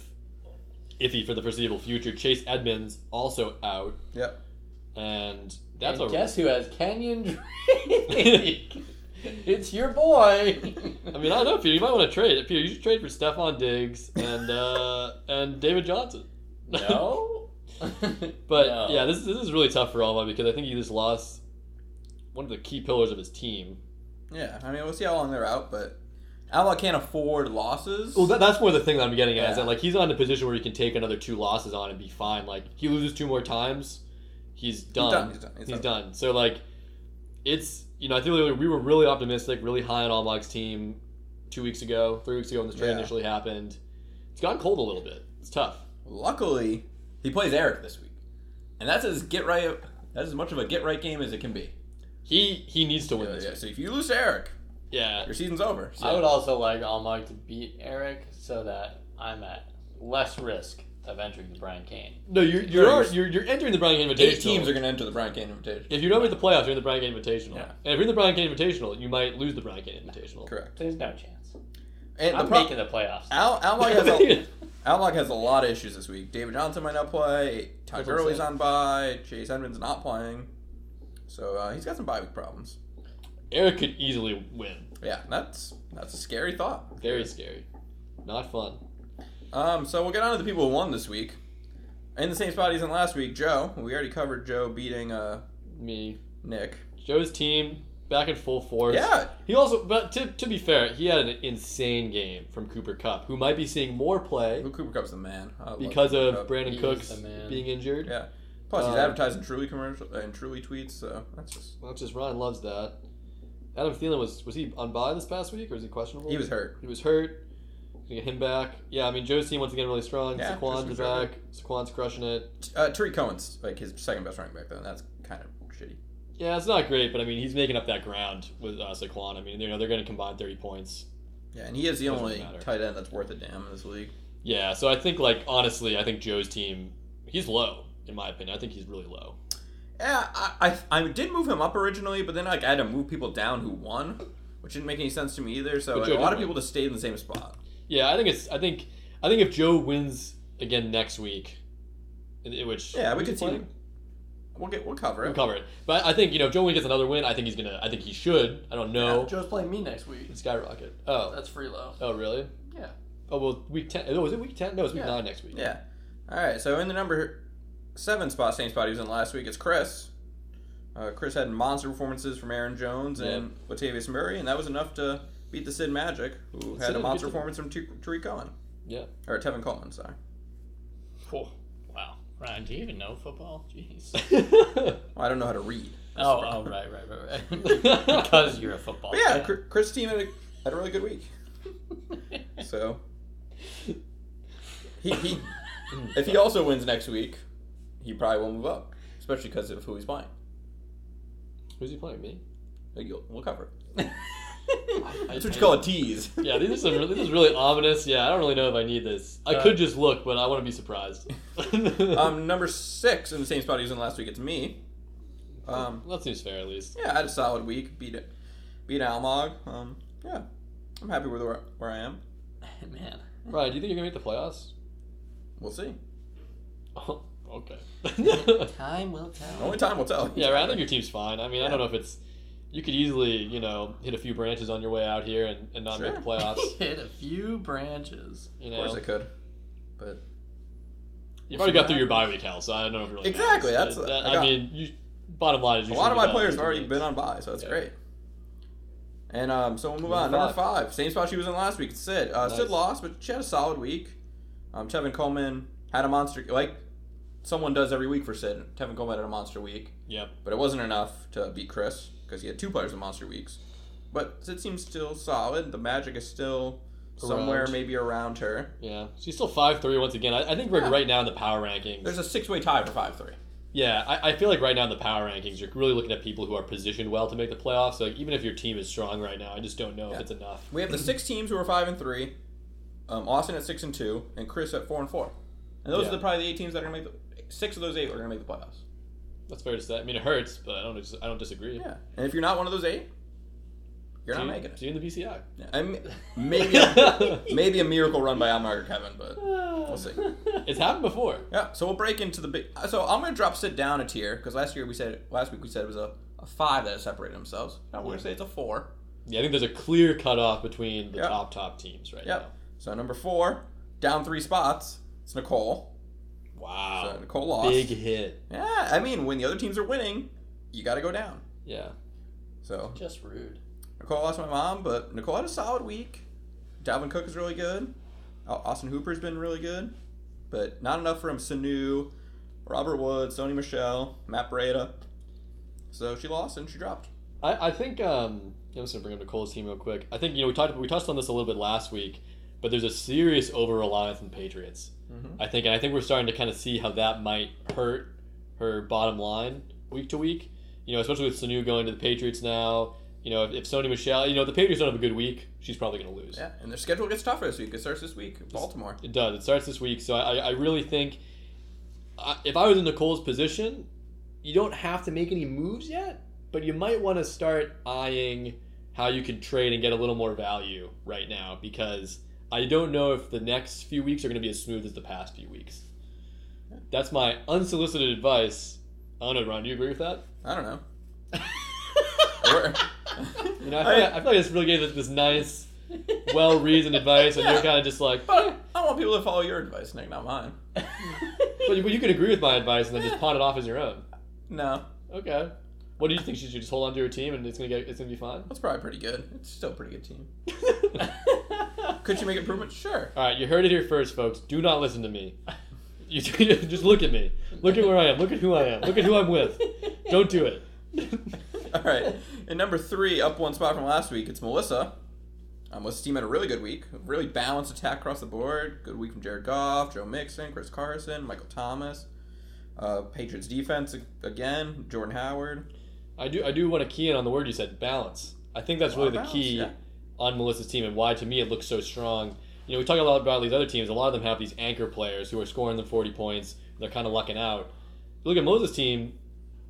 [SPEAKER 1] iffy for the foreseeable future. Chase Edmonds also out,
[SPEAKER 2] Yep.
[SPEAKER 1] and that's
[SPEAKER 3] That's
[SPEAKER 1] a.
[SPEAKER 3] and guess who has Kenyon Drake? it's your boy.
[SPEAKER 1] I mean, I don't know, Peter. You might want to trade. Peter, you should trade for Stephon Diggs and uh, and David Johnson.
[SPEAKER 3] no.
[SPEAKER 1] But
[SPEAKER 3] No.
[SPEAKER 1] yeah, this this is really tough for Alma because I think he just lost one of the key pillars of his team.
[SPEAKER 2] Yeah. I mean, we'll see how long they're out, but Almog can't afford losses.
[SPEAKER 1] Well, that, that's more the thing that I'm getting at is
[SPEAKER 2] Yeah.
[SPEAKER 1] that like he's on a position where he can take another two losses on and be fine. Like he loses two more times, he's done.
[SPEAKER 2] done, he's done, he's
[SPEAKER 1] He's,
[SPEAKER 2] done.
[SPEAKER 1] done. So like, it's you know I think we- we were really optimistic, really high on Almag's team two weeks ago, three weeks ago when this trade
[SPEAKER 2] Yeah.
[SPEAKER 1] initially happened. It's gotten cold a little bit. It's tough.
[SPEAKER 2] luckily he plays Eric this week, and that's as get right. That's as much of a get right game as it can be.
[SPEAKER 1] He he needs to win
[SPEAKER 2] Yeah,
[SPEAKER 1] this.
[SPEAKER 2] yeah, So if you lose to Eric,
[SPEAKER 1] Yeah.
[SPEAKER 2] your season's over. So.
[SPEAKER 3] I would also like Almog to beat Eric so that I'm at less risk of entering the Brian Kane.
[SPEAKER 1] No, you're you're,
[SPEAKER 2] You're-
[SPEAKER 1] already- you're you're entering the Brian Kane Invitational.
[SPEAKER 2] Eight teams are going to enter the Brian Kane Invitational.
[SPEAKER 1] If you don't make the playoffs, you're in the Brian Kane Invitational.
[SPEAKER 2] Yeah.
[SPEAKER 1] And if you're in the Brian Kane Invitational, you might lose the Brian Kane Invitational.
[SPEAKER 2] Correct.
[SPEAKER 3] There's no chance.
[SPEAKER 2] And the
[SPEAKER 3] I'm
[SPEAKER 2] pro-
[SPEAKER 3] making the playoffs.
[SPEAKER 2] Al Almog has a Almog has a lot of issues this week. David Johnson might not play. Ty
[SPEAKER 1] That's what I'm
[SPEAKER 2] Gurley's
[SPEAKER 1] saying.
[SPEAKER 2] on by. Chase Edmonds not playing. So uh, he's got some bye week problems.
[SPEAKER 1] Eric could easily win.
[SPEAKER 2] Yeah, that's that's a scary thought.
[SPEAKER 1] Very scary. Not fun.
[SPEAKER 2] Um, so we'll get on to the people who won this week. In the same spot he's in last week, Joe. We already covered Joe beating uh,
[SPEAKER 1] Me.
[SPEAKER 2] Nick.
[SPEAKER 1] Joe's team back in full force.
[SPEAKER 2] Yeah,
[SPEAKER 1] He also, but to, to be fair, he had an insane game from Cooper Cup, who might be seeing more play
[SPEAKER 2] Luke Cooper Cup's the man. I love
[SPEAKER 1] because
[SPEAKER 2] Cooper
[SPEAKER 1] of
[SPEAKER 2] Kupp.
[SPEAKER 1] Brandon
[SPEAKER 3] He's
[SPEAKER 1] Cooks
[SPEAKER 3] the man.
[SPEAKER 1] being injured.
[SPEAKER 2] Yeah. Plus, he's
[SPEAKER 1] Uh,
[SPEAKER 2] advertising Truly commercial uh, and Truly tweets, so that's just
[SPEAKER 1] Well, that's just Ryan loves that. Adam Thielen was was he on bye this past week or is he questionable?
[SPEAKER 2] he was hurt.
[SPEAKER 1] He was hurt. Gonna Get him back. Yeah, I mean Joe's team once again really strong.
[SPEAKER 2] Yeah,
[SPEAKER 1] Saquon's
[SPEAKER 2] Justin Herbert.
[SPEAKER 1] back. Saquon's crushing it.
[SPEAKER 2] Uh, Tariq Cohen's like his second best running back, though. And that's kind of shitty.
[SPEAKER 1] Yeah, it's not great, but I mean he's making up that ground with uh, Saquon. I mean you know they're going to combine thirty points.
[SPEAKER 2] Yeah, and he is the
[SPEAKER 1] Doesn't
[SPEAKER 2] only
[SPEAKER 1] matter.
[SPEAKER 2] tight end that's worth a damn in this league.
[SPEAKER 1] Yeah, so I think like honestly, I think Joe's team he's low in my opinion. I think he's really low.
[SPEAKER 2] Yeah, I, I I did move him up originally, but then like I had to move people down who won, which didn't make any sense to me either. So
[SPEAKER 1] But
[SPEAKER 2] like,
[SPEAKER 1] Joe
[SPEAKER 2] a lot
[SPEAKER 1] did
[SPEAKER 2] of
[SPEAKER 1] win.
[SPEAKER 2] people just stayed in the same spot.
[SPEAKER 1] Yeah, I think it's. I think. I think if Joe wins again next week, in- in which
[SPEAKER 2] Yeah, we
[SPEAKER 1] who's
[SPEAKER 2] could
[SPEAKER 1] he
[SPEAKER 2] see.
[SPEAKER 1] playing?
[SPEAKER 2] We'll get we'll cover
[SPEAKER 1] we'll
[SPEAKER 2] it.
[SPEAKER 1] cover it. But I think you know if Joe Wynn gets another win. I think he's gonna. I think he should. I don't know.
[SPEAKER 3] Joe's playing me next week.
[SPEAKER 1] Skyrocket. Oh.
[SPEAKER 3] That's free low.
[SPEAKER 1] Oh really?
[SPEAKER 3] Yeah.
[SPEAKER 1] Oh well, week ten. Oh, is it week ten? No, it's week
[SPEAKER 3] Yeah.
[SPEAKER 1] nine next week.
[SPEAKER 2] Yeah. All right. So in the number seven spot, same spot he was in last week, it's Chris. Uh, Chris had monster performances from Aaron Jones and Latavius Murray, and that was enough to beat the Sid Magic, who
[SPEAKER 1] Sid
[SPEAKER 2] had a
[SPEAKER 1] beat
[SPEAKER 2] monster
[SPEAKER 1] them.
[SPEAKER 2] performance from T- Tariq Cohen
[SPEAKER 1] Yeah.
[SPEAKER 2] or Tevin Coleman. Sorry.
[SPEAKER 3] Cool. Wow. Ryan, do you even know football? Jeez.
[SPEAKER 2] Well, I don't know how to read. That's
[SPEAKER 3] oh,
[SPEAKER 2] the
[SPEAKER 3] oh,
[SPEAKER 2] problem.
[SPEAKER 3] right, right, right, right. because you're a football.
[SPEAKER 2] But yeah,
[SPEAKER 3] fan.
[SPEAKER 2] Chr- Chris' team had a, had a really good week. So he, he if he also wins next week, he probably will move up, especially because of who he's playing.
[SPEAKER 1] Who's he playing? Me.
[SPEAKER 2] Like, you'll- We'll cover it.
[SPEAKER 1] I-
[SPEAKER 2] That's what you call a tease.
[SPEAKER 1] Yeah, these are some. This is really ominous. Yeah, I don't really know if I need this. I
[SPEAKER 3] Uh,
[SPEAKER 1] could just look, but I want to be surprised.
[SPEAKER 2] Um, number six in the same spot he was in last week. It's me. Um,
[SPEAKER 1] that seems fair at least.
[SPEAKER 2] yeah, I had a solid week. Beat it. Beat Almog. Um, yeah, I'm happy with where, where I am.
[SPEAKER 3] Man.
[SPEAKER 1] Ryan, do you think you're gonna make the playoffs?
[SPEAKER 2] We'll see.
[SPEAKER 1] Oh, okay.
[SPEAKER 3] Time will tell.
[SPEAKER 2] Only time will tell.
[SPEAKER 1] Yeah, right. I think your team's fine. I mean, I
[SPEAKER 2] Yeah.
[SPEAKER 1] don't know if it's. You could easily, you know, hit a few branches on your way out here and, and not make the
[SPEAKER 2] Sure.
[SPEAKER 1] playoffs.
[SPEAKER 3] hit a few branches.
[SPEAKER 1] You
[SPEAKER 2] Of course
[SPEAKER 1] know,
[SPEAKER 2] I could, but
[SPEAKER 1] You've already got through your bye week, Hal, so I don't know if it really
[SPEAKER 2] Exactly,
[SPEAKER 1] matters.
[SPEAKER 2] that's-
[SPEAKER 1] That-
[SPEAKER 2] I
[SPEAKER 1] I,
[SPEAKER 2] got-
[SPEAKER 1] mean, you, bottom line is
[SPEAKER 2] A
[SPEAKER 1] you
[SPEAKER 2] lot of
[SPEAKER 1] shouldn't
[SPEAKER 2] my
[SPEAKER 1] be
[SPEAKER 2] players have
[SPEAKER 1] down
[SPEAKER 2] already
[SPEAKER 1] two
[SPEAKER 2] been
[SPEAKER 1] games.
[SPEAKER 2] on buy, so that's
[SPEAKER 1] Yeah.
[SPEAKER 2] great. And um, so we'll move on. Number
[SPEAKER 3] Number
[SPEAKER 2] five, same spot she was in last week. It's Sid. Uh, Sid
[SPEAKER 1] Nice.
[SPEAKER 2] lost, but she had a solid week. Um, Tevin Coleman had a monster like someone does every week for Sid. Tevin Coleman had a monster week,
[SPEAKER 1] Yep.
[SPEAKER 2] but it wasn't enough to beat Chris because he had two players with monster weeks. But Sid seems still solid. The magic is still somewhere,
[SPEAKER 1] Around.
[SPEAKER 2] maybe around her.
[SPEAKER 1] Yeah. She's still five three once again. I, I think we're
[SPEAKER 2] Yeah.
[SPEAKER 1] right now in the power rankings.
[SPEAKER 2] There's a six-way tie for five three.
[SPEAKER 1] Yeah, I, I feel like right now in the power rankings, you're really looking at people who are positioned well to make the playoffs. Like even if your team is strong right now, I just don't know
[SPEAKER 2] Yeah.
[SPEAKER 1] if it's enough.
[SPEAKER 2] We have the six teams who are five and three, um, Austin at six and two, and Chris at four and four. And those
[SPEAKER 1] Yeah.
[SPEAKER 2] are the, probably the eight teams that are gonna make the six of those eight are gonna make the playoffs.
[SPEAKER 1] That's fair to say. I mean, it hurts, but I don't. I don't disagree.
[SPEAKER 2] Yeah, and if you're not one of those eight, you're not
[SPEAKER 1] See-
[SPEAKER 2] making it.
[SPEAKER 1] See you in the BCI.
[SPEAKER 2] I mean, maybe a, maybe a miracle run by Almar or Kevin, but we'll see.
[SPEAKER 1] It's happened before.
[SPEAKER 2] Yeah, so we'll break into the big. So I'm gonna drop sit down a tier because last year we said last week we said it was a, a five that had separated themselves. Now we're gonna say it's a four.
[SPEAKER 1] Yeah, I think there's a clear cutoff between the
[SPEAKER 2] Yeah.
[SPEAKER 1] top top teams right
[SPEAKER 2] Yep. So number four, down three spots. It's Nicole.
[SPEAKER 1] now. Wow.
[SPEAKER 2] So Nicole lost.
[SPEAKER 1] Big hit.
[SPEAKER 2] Yeah, I mean, when the other teams are winning, you got to go down.
[SPEAKER 1] Yeah.
[SPEAKER 2] So
[SPEAKER 3] Just rude.
[SPEAKER 2] Nicole lost my mom, but Nicole had a solid week. Dalvin Cook is really good. Au- Austin Hooper's been really good, but not enough from Sanu, Robert Woods, Sony Michelle, Matt Breda. So she lost and she dropped.
[SPEAKER 1] I, I think um, I'm just gonna bring up Nicole's team real quick. I think you know we talked we touched on this a little bit last week, but there's a serious over reliance on Patriots.
[SPEAKER 2] Mhm.
[SPEAKER 1] I think, and I think we're starting to kind of see how that might hurt her bottom line week to week. You know, especially with Sanu going to the Patriots now. You know, if, if Sony Michelle, you know, if the Patriots don't have a good week, she's probably gonna lose.
[SPEAKER 2] Yeah, and their schedule gets tougher this week. It starts this week, Baltimore.
[SPEAKER 1] It does. It starts this week, so I, I I really think I, if I was in Nicole's position, you don't have to make any moves yet, but you might want to start eyeing how you can trade and get a little more value right now because I don't know if the next few weeks are going to be as smooth as the past few weeks. That's my unsolicited advice. I don't know, Ron. Do you agree with that?
[SPEAKER 2] I don't know.
[SPEAKER 1] You know, I feel, like, I feel like this really gave this, this nice, well-reasoned advice, and you're kind of just like,
[SPEAKER 3] Oh,
[SPEAKER 2] but I want people to follow your advice, Nick, not mine.
[SPEAKER 1] But you, but you can agree with my advice and then just pawn it off as your own.
[SPEAKER 2] No,
[SPEAKER 1] Okay. What do you think? She should just hold on to her team and it's gonna get it's gonna be fine.
[SPEAKER 2] that's probably pretty good. It's still a pretty good team.
[SPEAKER 3] All
[SPEAKER 2] Could she make improvements? Sure.
[SPEAKER 1] All right, you heard it here first, folks. Do not listen to me. You just look at me. Look at where I am. Look at who I am. Look at who I'm with. Don't do it.
[SPEAKER 2] All right. And number three, up one spot from last week, it's Melissa. Um, Melissa's team had a really good week. A really balanced attack across the board. Good week from Jared Goff, Joe Mixon, Chris Carson, Michael Thomas. Uh, Patriots defense a- again, Jordan Howard.
[SPEAKER 1] I do I do want to key in on the word you said, balance. I think that's
[SPEAKER 2] Well,
[SPEAKER 1] really the
[SPEAKER 2] balance,
[SPEAKER 1] key
[SPEAKER 2] yeah.
[SPEAKER 1] on Melissa's team and why to me it looks so strong. You know, we talk a lot about these other teams. A lot of them have these anchor players who are scoring them 40 points. And they're kind of lucking out. You look at Melissa's team.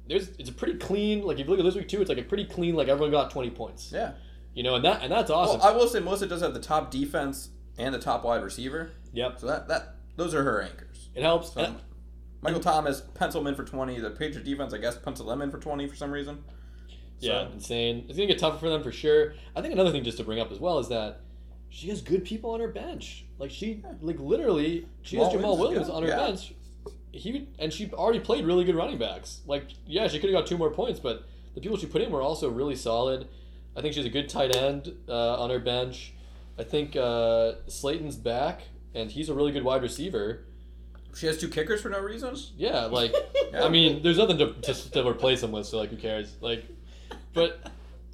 [SPEAKER 1] There's it's a pretty clean. Like if you look at this week too, it's like a pretty clean. Like everyone got 20 points.
[SPEAKER 2] Yeah.
[SPEAKER 1] You know, and that and that's awesome.
[SPEAKER 2] Well, I will say Melissa does have the top defense and the top wide receiver.
[SPEAKER 1] yep,
[SPEAKER 2] So that, that those are her anchors.
[SPEAKER 1] it helps.
[SPEAKER 2] So Michael Thomas, pencil him in for 20. The Patriots defense, I guess, pencil them in for 20 for some reason.
[SPEAKER 1] Yeah,
[SPEAKER 2] So-
[SPEAKER 1] insane. It's gonna get tougher for them for sure. I think another thing just to bring up as well is that she has good people on her bench. Like she, like literally, she has
[SPEAKER 2] Jamal
[SPEAKER 1] Jamal
[SPEAKER 2] Williams is
[SPEAKER 1] Williams
[SPEAKER 2] good.
[SPEAKER 1] on her
[SPEAKER 2] Yeah.
[SPEAKER 1] bench. He and she already played really good running backs. Like yeah, she could have got two more points, but the people she put in were also really solid. I think she's a good tight end uh, on her bench. I think uh, Slayton's back, and he's a really good wide receiver.
[SPEAKER 2] She has two kickers for no reason.
[SPEAKER 1] Yeah, like I mean, there's nothing to, to, to replace them with, so like, who cares? Like, but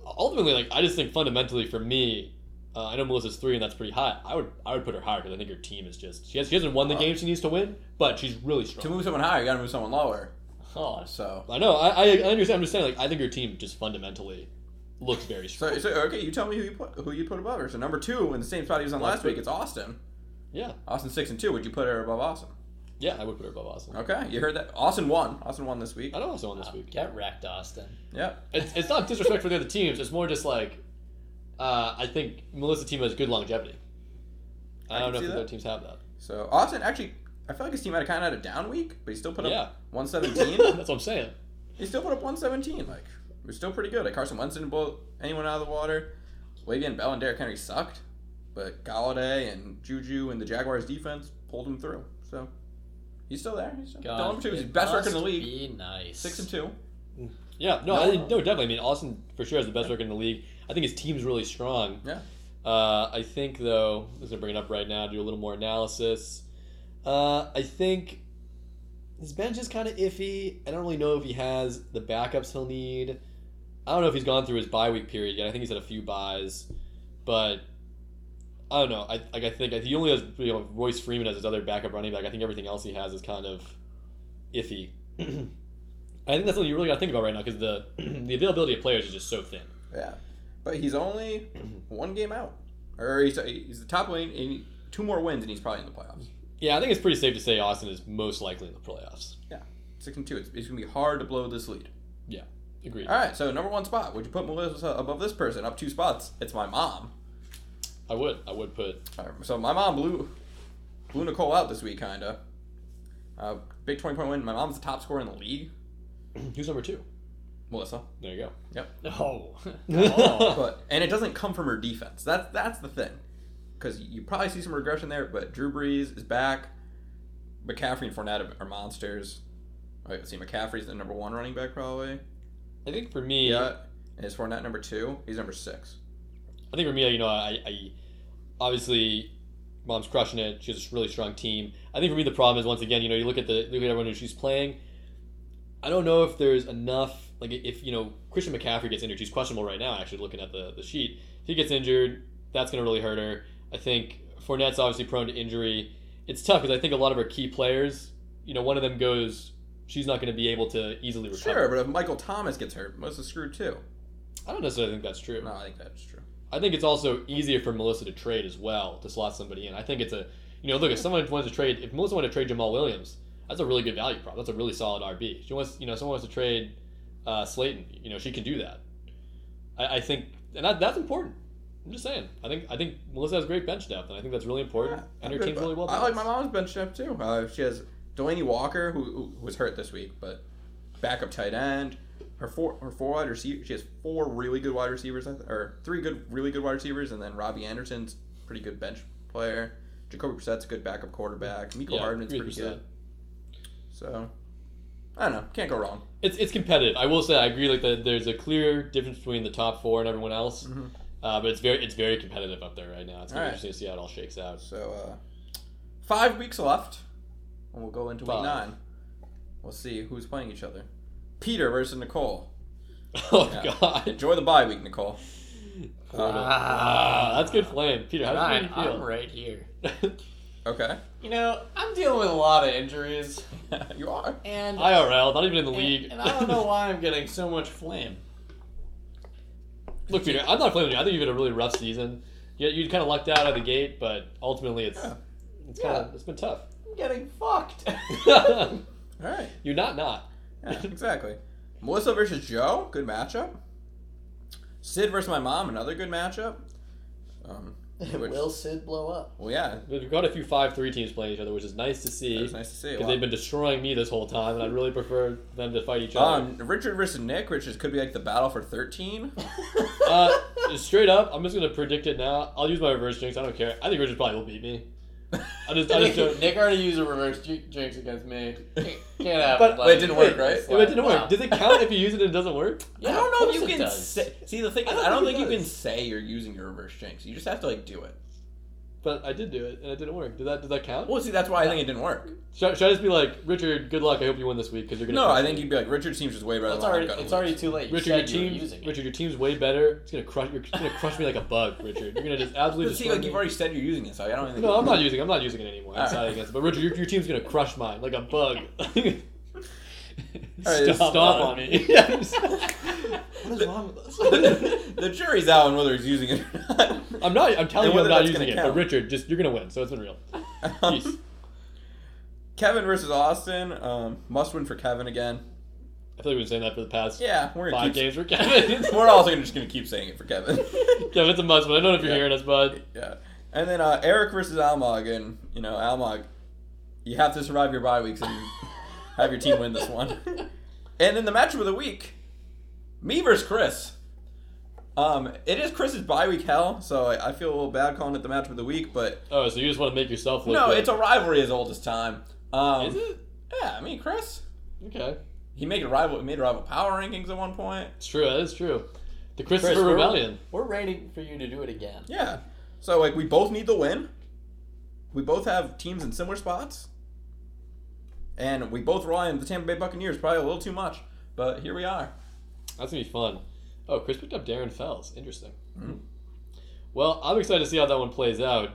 [SPEAKER 1] ultimately, like, I just think fundamentally for me, uh, I know Melissa's three, and that's pretty high. I would I would put her higher because I think her team is just she has she hasn't won the game she needs to win, but she's really
[SPEAKER 2] To
[SPEAKER 1] strong.
[SPEAKER 2] move someone higher, you got to move someone lower.
[SPEAKER 3] Oh,
[SPEAKER 2] So
[SPEAKER 1] I know. I, I I understand. I'm just saying. Like, I think her team just fundamentally looks very strong.
[SPEAKER 2] So, so okay, you tell me who you put who you put above her. So number two in the same spot he was on last week, it's Austin.
[SPEAKER 1] Yeah,
[SPEAKER 2] Austin six and two. Would you put her above Austin?
[SPEAKER 1] yeah, I would put her above Austin.
[SPEAKER 2] Okay, you heard that. Austin won. Austin won this week.
[SPEAKER 1] I know also on this week.
[SPEAKER 3] get wrecked, Austin.
[SPEAKER 2] Yep.
[SPEAKER 1] It's, it's not disrespect for the other teams. It's more just like uh, I think Melissa's team has good longevity.
[SPEAKER 2] I
[SPEAKER 1] I don't
[SPEAKER 2] can
[SPEAKER 1] know
[SPEAKER 2] see
[SPEAKER 1] if the
[SPEAKER 2] that.
[SPEAKER 1] other teams have that.
[SPEAKER 2] So Austin actually, I feel like his team had kind of had a down week, but he still put up
[SPEAKER 1] Yeah.
[SPEAKER 2] one seventeen.
[SPEAKER 1] That's what I'm saying.
[SPEAKER 2] he still put up one seventeen. Like we're still pretty good. Like Carson Wentz didn't blow anyone out of the water. Le'Veon Bell and Derrick Henry sucked, but Galladay and Juju and the Jaguars defense pulled him through. So He's still there. He's still
[SPEAKER 3] God,
[SPEAKER 2] Dylan Bertuzzi,
[SPEAKER 3] it
[SPEAKER 2] best record in the
[SPEAKER 3] must
[SPEAKER 2] league.
[SPEAKER 3] Be nice.
[SPEAKER 2] Six and two.
[SPEAKER 1] Yeah, no,
[SPEAKER 2] No.
[SPEAKER 1] I, no, definitely. I mean, Austin for sure has the best record in the league. I think his team's really strong.
[SPEAKER 2] Yeah.
[SPEAKER 1] Uh, I think though, I'm just gonna bring it up right now. Do a little more analysis. Uh, I think his bench is kind of iffy. I don't really know if he has the backups he'll need. I don't know if he's gone through his bye week period yet. I think he's had a few buys, but I don't know. I like I think he only has you know, Royce Freeman as his other backup running back. I think everything else he has is kind of iffy. I think that's something you really got to think about right now because the the availability of players is just so thin.
[SPEAKER 2] Yeah, but he's only one game out, or he's he's the top lane and he- two more wins and he's probably in the playoffs.
[SPEAKER 1] Yeah, I think it's pretty safe to say Austin is most likely in the playoffs.
[SPEAKER 2] Six and two. It's, it's gonna be hard to blow this lead.
[SPEAKER 1] Agreed.
[SPEAKER 2] All right, so number one spot. Would you put Melissa above this person? Up two spots. It's my mom.
[SPEAKER 1] I would. I would put.
[SPEAKER 2] All right, So my mom blew blew Nicole out this week, kinda. Uh, big twenty point win. My mom's the top scorer in the league.
[SPEAKER 1] Who's number two?
[SPEAKER 2] Melissa.
[SPEAKER 1] There you go.
[SPEAKER 3] Oh. oh.
[SPEAKER 2] But and it doesn't come from her defense. That's that's the thing, because you probably see some regression there. But Drew Brees is back. McCaffrey and Fournette are monsters. All right, let's see, McCaffrey's the number one running back probably.
[SPEAKER 1] I think for me,
[SPEAKER 2] Yeah, and is Fournette number two? He's number six.
[SPEAKER 1] I think for me, you know, I, I obviously mom's crushing it. She has a really strong team. I think for me, the problem is once again, you know, you look at the look at everyone who she's playing. I don't know if there's enough. Like if you know Christian McCaffrey gets injured, she's questionable right now. Actually, looking at the the sheet, if he gets injured, that's going to really hurt her. I think Fournette's obviously prone to injury. It's tough because I think a lot of her key players, you know, one of them goes, she's not going to be able to easily recover.
[SPEAKER 2] Sure, but if Michael Thomas gets hurt, Melissa's screwed too.
[SPEAKER 1] I don't necessarily think that's true.
[SPEAKER 2] No, I think that's true.
[SPEAKER 1] I think it's also easier for Melissa to trade as well to slot somebody in. I think it's a you know look if someone wants to trade if Melissa wanted to trade Jamal Williams, that's a really good value prop. That's a really solid RB. She wants you know someone wants to trade uh, Slayton. You know she can do that. I, I think and that, that's important. I'm just saying. I think I think Melissa has great bench depth, and I think that's really important.
[SPEAKER 2] Yeah,
[SPEAKER 1] and her
[SPEAKER 2] I'm good,
[SPEAKER 1] team's
[SPEAKER 2] but
[SPEAKER 1] really well.
[SPEAKER 2] I like my
[SPEAKER 1] balanced.
[SPEAKER 2] mom's bench depth too. Uh, she has Delaney Walker, who, who was hurt this week, but backup tight end. Her four, her four wide receivers. She has four really good wide receivers, I th- or three good, really good wide receivers, and then Robbie Anderson's pretty good bench player. Jacoby Brissett's a good backup quarterback. Miko
[SPEAKER 1] Yeah,
[SPEAKER 2] Hardman's pretty
[SPEAKER 1] 3%.
[SPEAKER 2] good. So, I don't know. Can't go wrong.
[SPEAKER 1] It's it's competitive. I will say I agree. Like that, there's a clear difference between the top four and everyone else.
[SPEAKER 2] Mhm.
[SPEAKER 1] Uh, but it's very it's very competitive up there right now. It's gonna
[SPEAKER 2] All
[SPEAKER 1] be
[SPEAKER 2] right.
[SPEAKER 1] interesting to see how it all shakes out.
[SPEAKER 2] So, uh, five weeks left, and we'll go into week
[SPEAKER 1] Five.
[SPEAKER 2] nine. We'll see who's playing each other. Peter versus Nicole.
[SPEAKER 1] Oh
[SPEAKER 2] Yeah.
[SPEAKER 1] God.
[SPEAKER 2] Enjoy the bye week, Nicole. Uh,
[SPEAKER 1] Ah, that's good flame, Peter. How does
[SPEAKER 3] Ryan,
[SPEAKER 1] it
[SPEAKER 3] I'm
[SPEAKER 1] feel?
[SPEAKER 3] right here.
[SPEAKER 2] okay.
[SPEAKER 3] You know, I'm dealing with a lot of injuries,
[SPEAKER 2] you are.
[SPEAKER 3] and
[SPEAKER 1] IRL, not even in the
[SPEAKER 3] and-
[SPEAKER 1] league.
[SPEAKER 3] And, I don't know why I'm getting so much flame.
[SPEAKER 1] Look, Peter, I'm not blaming you. I think you've had a really rough season. You, you kind of lucked out of the gate, but ultimately, it's
[SPEAKER 2] Yeah.
[SPEAKER 1] it's kind of it's been tough.
[SPEAKER 3] I'm getting fucked.
[SPEAKER 2] All right.
[SPEAKER 1] You're not not.
[SPEAKER 2] Yeah, exactly. Melissa versus Joe. Good matchup. Sid versus my mom. Another good matchup. Um, which-
[SPEAKER 3] Will Sid blow up?
[SPEAKER 2] well, yeah.
[SPEAKER 1] We've got a few five three teams playing each other, which is nice to see
[SPEAKER 2] It was
[SPEAKER 1] because
[SPEAKER 2] nice to see.
[SPEAKER 1] they've been destroying me this whole time, and I'd really prefer them to fight each other.
[SPEAKER 2] Um, Richard versus Nick, which is, could be like the battle for 13.
[SPEAKER 1] uh, straight up, I'm just gonna predict it now. I'll use my reverse jinx. I don't care. I think Richard probably will beat me. I just, I just don't.
[SPEAKER 3] Nick already used a reverse ju- jinx against me. Can't can't happen.
[SPEAKER 1] But-
[SPEAKER 3] Like,
[SPEAKER 2] Wait, it didn't work,
[SPEAKER 3] it's
[SPEAKER 2] right?
[SPEAKER 3] like-
[SPEAKER 1] It didn't
[SPEAKER 3] Wow.
[SPEAKER 1] work. Does it count if you use it and it doesn't work?
[SPEAKER 3] Yeah,
[SPEAKER 2] I don't know if
[SPEAKER 3] of
[SPEAKER 2] you
[SPEAKER 3] course it
[SPEAKER 2] can
[SPEAKER 3] does.
[SPEAKER 2] say. See, the thing
[SPEAKER 1] I
[SPEAKER 2] is, I
[SPEAKER 1] don't
[SPEAKER 2] don't,
[SPEAKER 1] think
[SPEAKER 2] think,
[SPEAKER 1] it
[SPEAKER 2] you can
[SPEAKER 1] does.
[SPEAKER 2] say you're using your reverse jinx. You just have to like do it.
[SPEAKER 1] But I did do it, and it didn't work. Did that? Did that count?
[SPEAKER 2] Well, see, that's why I think it didn't work.
[SPEAKER 1] Should, should I just be like, Richard? Good luck. I hope you win this week because you're gonna.
[SPEAKER 2] No,
[SPEAKER 1] crush
[SPEAKER 2] I think
[SPEAKER 1] me."
[SPEAKER 2] you'd be like Richard seems just way better.
[SPEAKER 3] Well, it's
[SPEAKER 2] than what I'm
[SPEAKER 3] already
[SPEAKER 2] gonna
[SPEAKER 3] it's
[SPEAKER 2] lose.
[SPEAKER 3] already too late. You
[SPEAKER 1] Richard, your
[SPEAKER 3] said you were
[SPEAKER 1] team,
[SPEAKER 3] using it.
[SPEAKER 1] Richard, your team's way better. It's gonna crush. You're gonna crush me like a bug, Richard. You're gonna just absolutely.
[SPEAKER 2] But see, like
[SPEAKER 1] destroy
[SPEAKER 2] you've
[SPEAKER 1] me.
[SPEAKER 2] already said you're using it, so I don't even. Think
[SPEAKER 1] No, I'm not using. I'm not using it anymore. I'm
[SPEAKER 2] All
[SPEAKER 1] sorry
[SPEAKER 2] right.
[SPEAKER 1] against. it. But Richard, your, your team's gonna crush mine like a bug.
[SPEAKER 2] it's
[SPEAKER 1] Stomp
[SPEAKER 2] not.
[SPEAKER 1] on me. Yeah, I'm just- what is wrong with us?
[SPEAKER 2] the jury's out on whether he's using it or not.
[SPEAKER 1] I'm not. I'm telling
[SPEAKER 2] And
[SPEAKER 1] you, I'm
[SPEAKER 2] whether
[SPEAKER 1] not
[SPEAKER 2] that's
[SPEAKER 1] using
[SPEAKER 2] gonna
[SPEAKER 1] it. But
[SPEAKER 2] count.
[SPEAKER 1] Richard, just you're gonna win. So it's been real.
[SPEAKER 2] Um,
[SPEAKER 1] Jeez.
[SPEAKER 2] Kevin versus Austin. Um, must win for Kevin again.
[SPEAKER 1] I feel like we've been saying that for the past
[SPEAKER 2] Yeah, we're gonna
[SPEAKER 1] five
[SPEAKER 2] keep.
[SPEAKER 1] games for Kevin.
[SPEAKER 2] We're also gonna, just gonna keep saying it for Kevin.
[SPEAKER 1] Kevin's a must win. I don't know if you're
[SPEAKER 2] Yeah.
[SPEAKER 1] hearing us, bud.
[SPEAKER 2] yeah, and then uh, Eric versus Almog, and you know Almog, you have to survive your bye weeks and have your team win this one. And then the matchup of the week, me versus Chris. Um, it is Chris's bye week hell, so I, I feel a little bad calling it the matchup of the week, but
[SPEAKER 1] Oh, so you just want to make yourself look
[SPEAKER 2] No,
[SPEAKER 1] good.
[SPEAKER 2] it's a rivalry as old as time. Um,
[SPEAKER 1] Is it?
[SPEAKER 2] Yeah, I mean Chris.
[SPEAKER 1] Okay.
[SPEAKER 2] He made a rival. He made rival power rankings at one point.
[SPEAKER 1] It's true. That is true. The Christopher
[SPEAKER 3] Chris, we're-
[SPEAKER 1] Rebellion.
[SPEAKER 3] We're waiting for you to do it again.
[SPEAKER 2] Yeah. So like we both need the win. We both have teams in similar spots. And we both rely on the Tampa Bay Buccaneers probably a little too much, but here we are.
[SPEAKER 1] That's gonna be fun. Oh, Chris picked up Darren Fells. Interesting.
[SPEAKER 2] Hmm.
[SPEAKER 1] Well, I'm excited to see how that one plays out.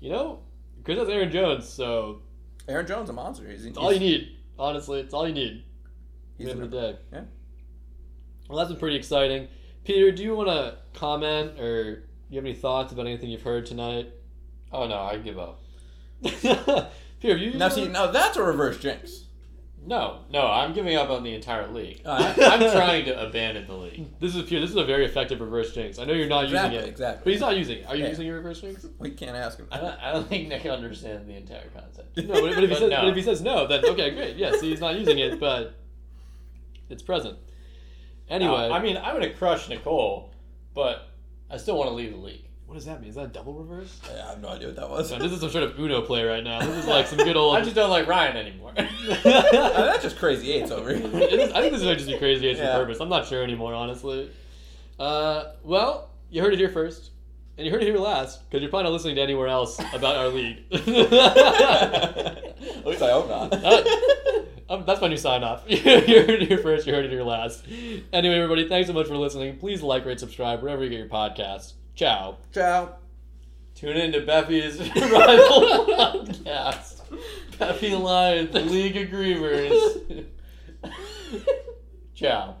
[SPEAKER 1] You know, Chris has Aaron Jones, so
[SPEAKER 2] Aaron Jones a monster. He's, he's
[SPEAKER 1] it's all you need. Honestly, it's all you need. At
[SPEAKER 2] He's
[SPEAKER 1] the end of
[SPEAKER 2] an,
[SPEAKER 1] the day.
[SPEAKER 2] Yeah.
[SPEAKER 1] Well, that's been pretty exciting. Peter, do you want to comment or do you have any thoughts about anything you've heard tonight?
[SPEAKER 3] Oh no, I give up.
[SPEAKER 1] Peter, have you?
[SPEAKER 2] now see, now that's a reverse jinx.
[SPEAKER 3] No, no, I'm giving up on the entire league.
[SPEAKER 2] Uh,
[SPEAKER 3] I'm trying to abandon the league.
[SPEAKER 1] This is Peter. This is a very effective reverse jinx. I know you're not
[SPEAKER 2] Exactly,
[SPEAKER 1] using it, but
[SPEAKER 2] exactly.
[SPEAKER 1] he's not using it. Are you
[SPEAKER 2] Yeah.
[SPEAKER 1] using your reverse jinx? No,
[SPEAKER 2] We can't ask him.
[SPEAKER 3] I don't, I don't think Nick understands the entire concept.
[SPEAKER 1] but, but if he
[SPEAKER 3] But
[SPEAKER 1] says,
[SPEAKER 3] no.
[SPEAKER 1] but if he says no, then okay, great. Yeah, see, he's not using it, but it's present. Anyway,
[SPEAKER 3] No, I mean, I'm gonna crush Nicole, but I still want to leave the league.
[SPEAKER 1] what does that mean? Is that a double reverse?
[SPEAKER 2] I have no idea what that was.
[SPEAKER 1] No, this is some sort of Uno play right now. This is like some good old.
[SPEAKER 3] I just don't like Ryan anymore.
[SPEAKER 2] Uh, that's just crazy eights over here.
[SPEAKER 1] It is- I think this might just be crazy Eights
[SPEAKER 2] Yeah.
[SPEAKER 1] on purpose. I'm not sure anymore, honestly. Uh, well, you heard it here first, and you heard it here last, because you're probably not listening to anywhere else about our league.
[SPEAKER 2] At least I hope not.
[SPEAKER 1] Uh, um, that's my new sign off. you heard it here first, you heard it here last. Anyway, everybody, thanks so much for listening. Please like, rate, subscribe, wherever you get your podcasts. Ciao.
[SPEAKER 2] Ciao.
[SPEAKER 3] Tune in to Beffy's rival podcast, Beffy Lions League of Grievers. Ciao.